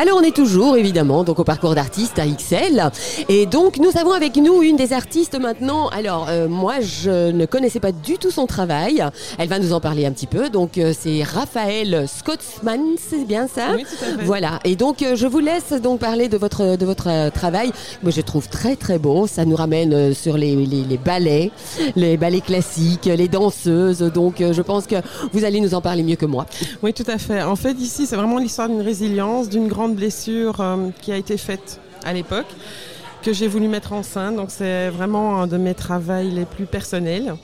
Alors on est toujours évidemment donc au parcours d'artiste à XL et donc nous avons avec nous une des artistes maintenant. Alors euh, moi je ne connaissais pas du tout son travail. Elle va nous en parler un petit peu. Donc euh, c'est Raphaël Scotsman, c'est bien ça Oui, tout à fait. Voilà. Et donc euh, je vous laisse donc parler de votre de votre euh, travail. Moi je trouve très très beau. Ça nous ramène euh, sur les, les, les ballets, les ballets classiques, les danseuses. Donc euh, je pense que vous allez nous en parler mieux que moi. Oui, tout à fait. En fait, ici, c'est vraiment l'histoire d'une résilience, d'une grande blessure euh, qui a été faite à l'époque, que j'ai voulu mettre en scène. Donc, c'est vraiment un de mes travaux les plus personnels.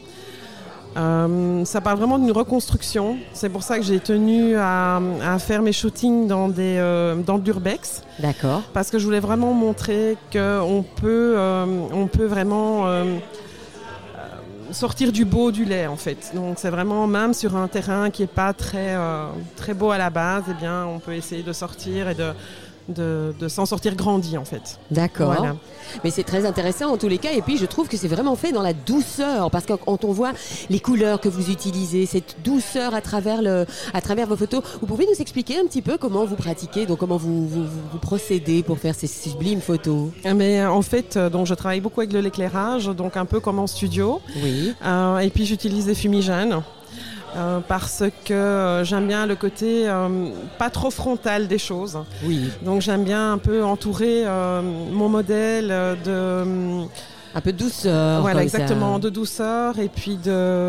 Euh, ça parle vraiment d'une reconstruction. C'est pour ça que j'ai tenu à, à faire mes shootings dans, des, euh, dans de l'urbex. D'accord. parce que je voulais vraiment montrer qu'on peut, euh, on peut vraiment euh, euh, sortir du beau du lait en fait. Donc c'est vraiment même sur un terrain qui n'est pas très, euh, très beau à la base, eh bien on peut essayer de sortir et de, de, de s'en sortir grandi en fait. D'accord. Voilà. Mais c'est très intéressant en tous les cas. Et puis je trouve que c'est vraiment fait dans la douceur. Parce que quand on voit les couleurs que vous utilisez, cette douceur à travers, le, à travers vos photos, vous pouvez nous expliquer un petit peu comment vous pratiquez, donc comment vous, vous, vous- vous procédez pour faire ces sublimes photos Mais euh, en fait, euh, donc, je travaille beaucoup avec de l'éclairage, donc un peu comme en studio. Oui. Euh, et puis j'utilise des fumigènes euh, parce que euh, j'aime bien le côté euh, pas trop frontal des choses. Oui. Donc j'aime bien un peu entourer euh, mon modèle euh, de Un peu de douceur. voilà comme ça. exactement de douceur et puis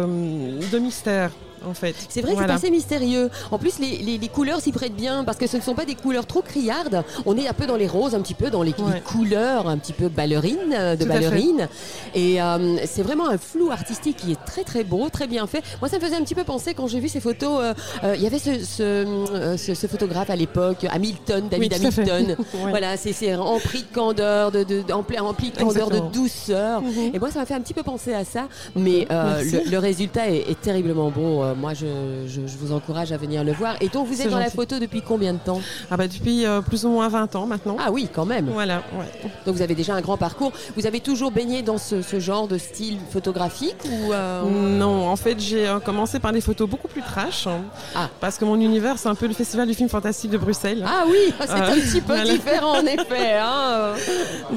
de, de mystère en fait. C'est vrai, que Voilà. c'est assez mystérieux. En plus, les, les- les couleurs s'y prêtent bien parce que ce ne sont pas des couleurs trop criardes. On est un peu dans les roses, un petit peu dans les, les Ouais. couleurs un petit peu ballerines, euh, de Tout à fait. ballerines. Et euh, c'est vraiment un flou artistique qui est très très beau, très bien fait. Moi, ça me faisait un petit peu penser quand j'ai vu ces photos. euh, euh, Il y avait ce, ce, euh, ce- ce photographe à l'époque, Hamilton, David Oui, tout à fait. Hamilton. Ouais. Voilà, c'est c'est rempli de candeur, de, de, empli- rempli de candeur, de Exactement. douceur. Mhm. Et moi, ça m'a fait un petit peu penser à ça, mais euh, Merci. le, le résultat est, est terriblement beau. Euh, moi, je, je- je vous encourage à venir le voir. Et donc, vous êtes C'est dans la gentil. photo depuis combien de temps Ah bah depuis euh, plus ou moins 20 ans maintenant. Ah oui, quand même. Voilà, ouais. Donc, vous avez déjà un grand parcours. Vous avez toujours baigné dans ce, ce genre de style photographique ou euh, Mm. Non, en fait, j'ai euh, commencé par des photos beaucoup plus trash hein, Ah. parce que mon univers c'est un peu le festival du film fantastique de Bruxelles. Ah oui, c'est Ah, un petit peu voilà. différent en effet. hein.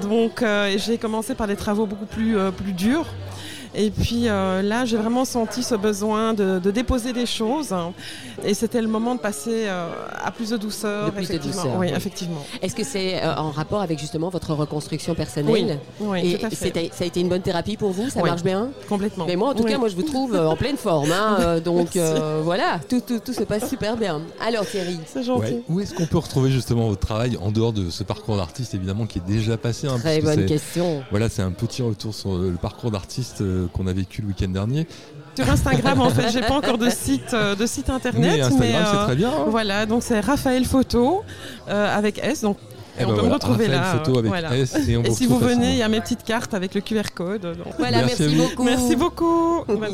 Donc euh, j'ai commencé par des travaux beaucoup plus, euh, plus durs. Et puis euh, là, j'ai vraiment senti ce besoin de, de déposer des choses. Et c'était le moment de passer euh, à plus de douceur. De plus de effectivement. douceur, Oui, oui. effectivement. Est-ce que c'est euh, en rapport avec justement votre reconstruction personnelle Oui, Et tout à fait. c'était- ça a été une bonne thérapie pour vous Ça Oui. marche bien Complètement. Mais moi, en tout Oui. cas, moi, je vous trouve euh, en pleine forme. hein, euh, donc Merci. euh, voilà, tout, tout, tout se passe super bien. Alors Thierry, C'est gentil. Ouais. Où est-ce qu'on peut retrouver justement votre travail en dehors de ce parcours d'artiste évidemment qui est déjà passé hein, très puisque bonne c'est- question. Voilà, c'est un petit retour sur euh, le parcours d'artiste euh, qu'on a vécu le week-end dernier. Sur Instagram, en fait, j'ai pas encore de site, euh, de site internet. Mais Instagram, mais, c'est euh, très bien. hein. Voilà, donc c'est Raphaël Photo euh, avec S. Donc, Eh on ben peut me voilà, retrouver Raphaël là. Photo euh, avec voilà. S, et on Et si retrouve vous venez, facilement. il y a mes petites cartes avec le QR code. donc. Voilà, Merci merci, à vous. beaucoup. Merci beaucoup.